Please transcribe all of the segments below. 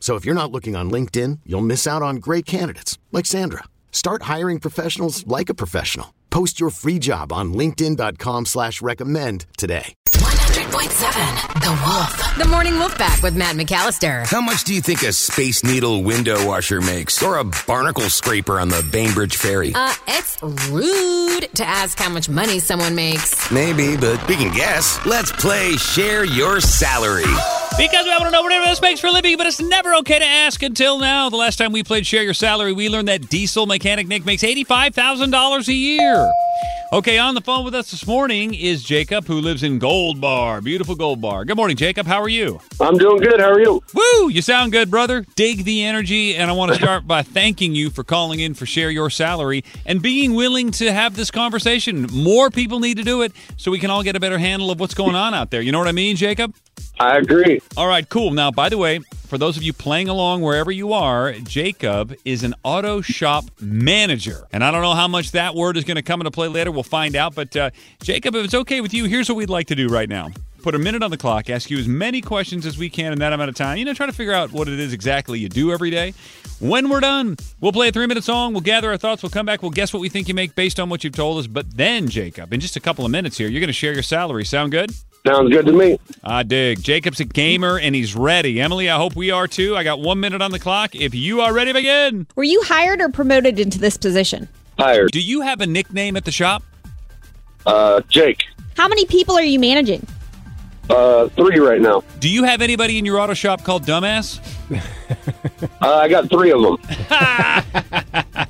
So if you're not looking on LinkedIn, you'll miss out on great candidates like Sandra. Start hiring professionals like a professional. Post your free job on linkedin.com/recommend slash recommend today. 100.7 The Wolf. The Morning Wolf Pack with Matt McAllister. How much do you think a Space Needle window washer makes? Or a barnacle scraper on the Bainbridge Ferry? Uh, it's rude to ask how much money someone makes. Maybe, but we can guess. Let's play Share Your Salary. Because we all want to know what everyone else makes for a living, but it's never okay to ask until now. The last time we played Share Your Salary, we learned that diesel mechanic Nick makes $85,000 a year. Okay, on the phone with us this morning is Jacob, who lives in Gold Bar. Beautiful Gold Bar. Good morning, Jacob. How are you? I'm doing good. How are you? Woo! You sound good, brother. Dig the energy. And I want to start by thanking you for calling in for Share Your Salary and being willing to have this conversation. More people need to do it so we can all get a better handle of what's going on out there. You know what I mean, Jacob? I agree. All right, cool. Now, by the way, for those of you playing along wherever you are, Jacob is an auto shop manager. And I don't know how much that word is going to come into play later. We'll find out. But, uh, Jacob, if it's okay with you, here's what we'd like to do right now put a minute on the clock, ask you as many questions as we can in that amount of time. You know, try to figure out what it is exactly you do every day. When we're done, we'll play a three minute song, we'll gather our thoughts, we'll come back, we'll guess what we think you make based on what you've told us. But then, Jacob, in just a couple of minutes here, you're going to share your salary. Sound good? Sounds good to me. I dig. Jacob's a gamer and he's ready. Emily, I hope we are too. I got one minute on the clock. If you are ready, begin. Were you hired or promoted into this position? Hired. Do you have a nickname at the shop? Uh, Jake. How many people are you managing? Uh, three right now. Do you have anybody in your auto shop called Dumbass? Uh, I got three of them.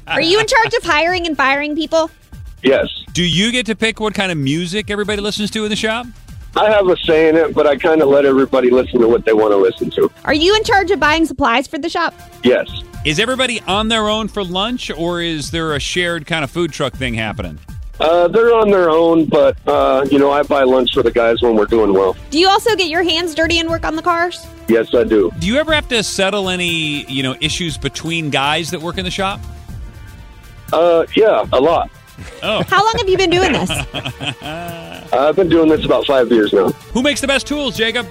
Are you in charge of hiring and firing people? Yes. Do you get to pick what kind of music everybody listens to in the shop? I have a say in it, but I kind of let everybody listen to what they want to listen to. Are you in charge of buying supplies for the shop? Yes. Is everybody on their own for lunch or is there a shared kind of food truck thing happening? Uh, they're on their own, but, uh, you know, I buy lunch for the guys when we're doing well. Do you also get your hands dirty and work on the cars? Yes, I do. Do you ever have to settle any, you know, issues between guys that work in the shop? Uh, yeah, a lot. Oh. How long have you been doing this? I've been doing this about five years now. Who makes the best tools, Jacob?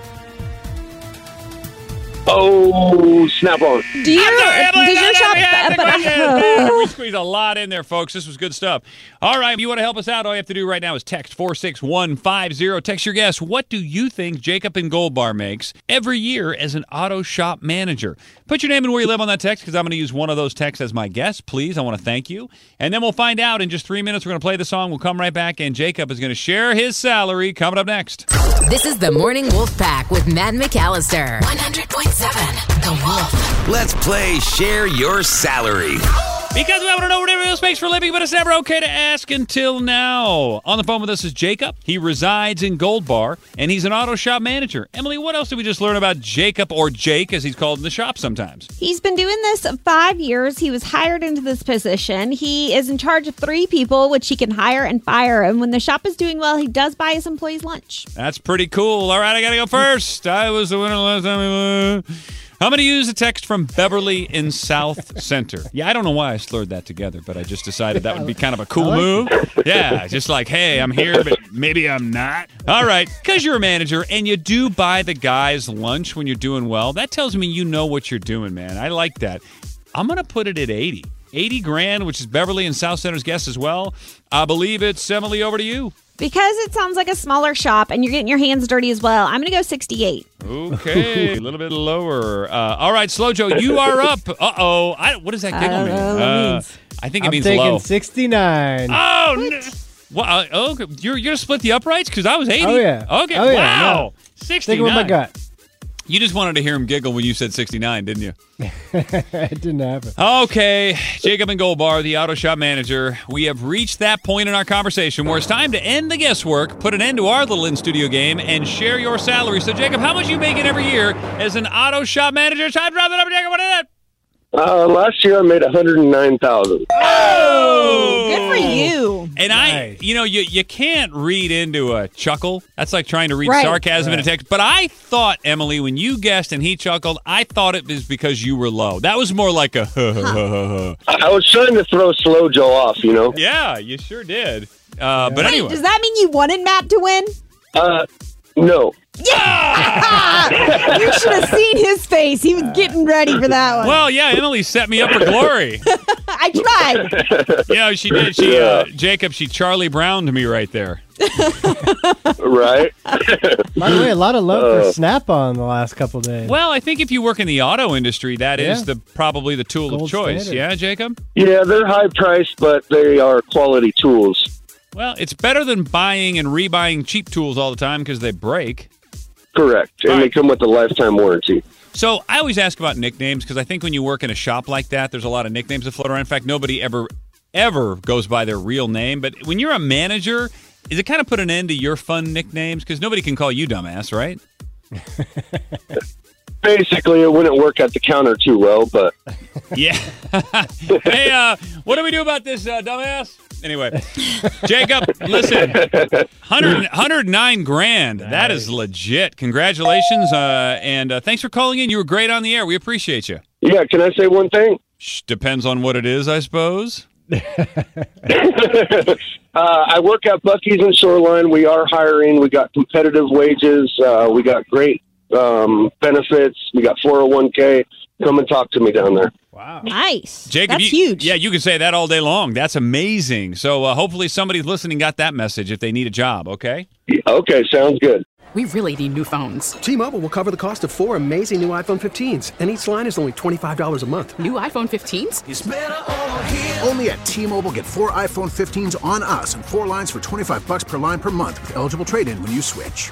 Oh, snap on. Do you, does your shop? but- we squeezed a lot in there, folks. This was good stuff. All right, if you want to help us out, all you have to do right now is text 46150. Text your guess. What do you think Jacob and Gold Bar makes every year as an auto shop manager? Put your name and where you live on that text because I'm going to use one of those texts as my guess. Please, I want to thank you. And then we'll find out in just three minutes. We're going to play the song. We'll come right back, and Jacob is going to share his salary coming up next. This is the Morning Wolf Pack with Matt McAllister. 100.7 The Wolf. Let's play Share Your Salary. Because we want to know what everyone else makes for a living, but it's never okay to ask until now. On the phone with us is Jacob. He resides in Gold Bar, and he's an auto shop manager. Emily, what else did we just learn about Jacob or Jake, as he's called in the shop sometimes? He's been doing this five years. He was hired into this position. He is in charge of three people, which he can hire and fire. And when the shop is doing well, he does buy his employees lunch. That's pretty cool. All right, I got to go first. I was the winner last time we won. I'm going to use a text from Beverly in South Center. Yeah, I don't know why I slurred that together, but I just decided that would be kind of a cool move. Yeah, just like, hey, I'm here, but maybe I'm not. All right, because you're a manager and you do buy the guys lunch when you're doing well, that tells me you know what you're doing, man. I like that. I'm going to put it at 80. 80 grand, which is Beverly and South Center's guess as well. I believe it's Emily over to you. Because it sounds like a smaller shop and you're getting your hands dirty as well, I'm going to go 68. Okay, a little bit lower. Uh, all right, Slojo, you are up. Uh oh. What does that giggle I don't mean? know what it Uh, means. I think it I'm means taking low. 69. Oh, no. Well, uh, okay. You're you're gonna split the uprights because I was eighty. Oh, yeah. Okay. Oh, yeah, wow. no. Sixty. Sticking with my gut. You just wanted to hear him giggle when you said sixty nine, didn't you? it didn't happen. Okay, Jacob and Goldbar, the auto shop manager. We have reached that point in our conversation where it's time to end the guesswork, put an end to our little in studio game, and share your salary. So, Jacob, how much you making every year as an auto shop manager? Time drop it up, Jacob. What is it? Uh, last year I made 109000 Oh, Good for you. And I, Nice. you know, you, you can't read into a chuckle. That's like trying to read Right. sarcasm in a text. But I thought, Emily, when you guessed and he chuckled, I thought it was because you were low. That was more like a, I was trying to throw Slow Joe off, you know? yeah, you sure did. Uh, But anyway, Does that mean you wanted Matt to win? Uh, no. Ah, you should have seen his face. He was getting ready for that one. well, yeah, Emily set me up for glory. I tried. yeah, she did. She, uh, Jacob, she Charlie Browned me right there. Right? By the way, a lot of love for Snap on the last couple days. Well, I think if you work in the auto industry, that is Yeah. the probably the tool of Gold choice. standard. Yeah, Jacob. yeah, they're high priced, but they are quality tools. Well, it's better than buying and rebuying cheap tools all the time because they break. Correct. And All they right. come with a lifetime warranty. So I always ask about nicknames because I think when you work in a shop like that, there's a lot of nicknames that float around. In fact, nobody ever ever goes by their real name. But when you're a manager, is it kind of put an end to your fun nicknames? Because nobody can call you dumbass, right? Basically, it wouldn't work at the counter too well, but Yeah. hey, uh, what do we do about this uh, dumbass? Anyway, Jacob, listen, 100, 109 grand. That is legit. Congratulations, uh, and uh, thanks for calling in. You were great on the air. We appreciate you. yeah, can I say one thing? Shh, depends on what it is, I suppose. Uh, I work at Bucky's and Shoreline. We are hiring. We got competitive wages. Uh, we got great um, benefits. We got 401k. Come and talk to me down there. wow. nice. Jacob, That's you- huge. Yeah, you can say that all day long. That's amazing. So uh, hopefully somebody listening got that message if they need a job. Okay. Okay, sounds good. We really need new phones. T-Mobile will cover the cost of four amazing new iPhone 15s, and each line is only $25 a month. New iPhone 15s? Only at T-Mobile get four iPhone 15s on us and four lines for 25 bucks per line per month with eligible trade-in when you switch.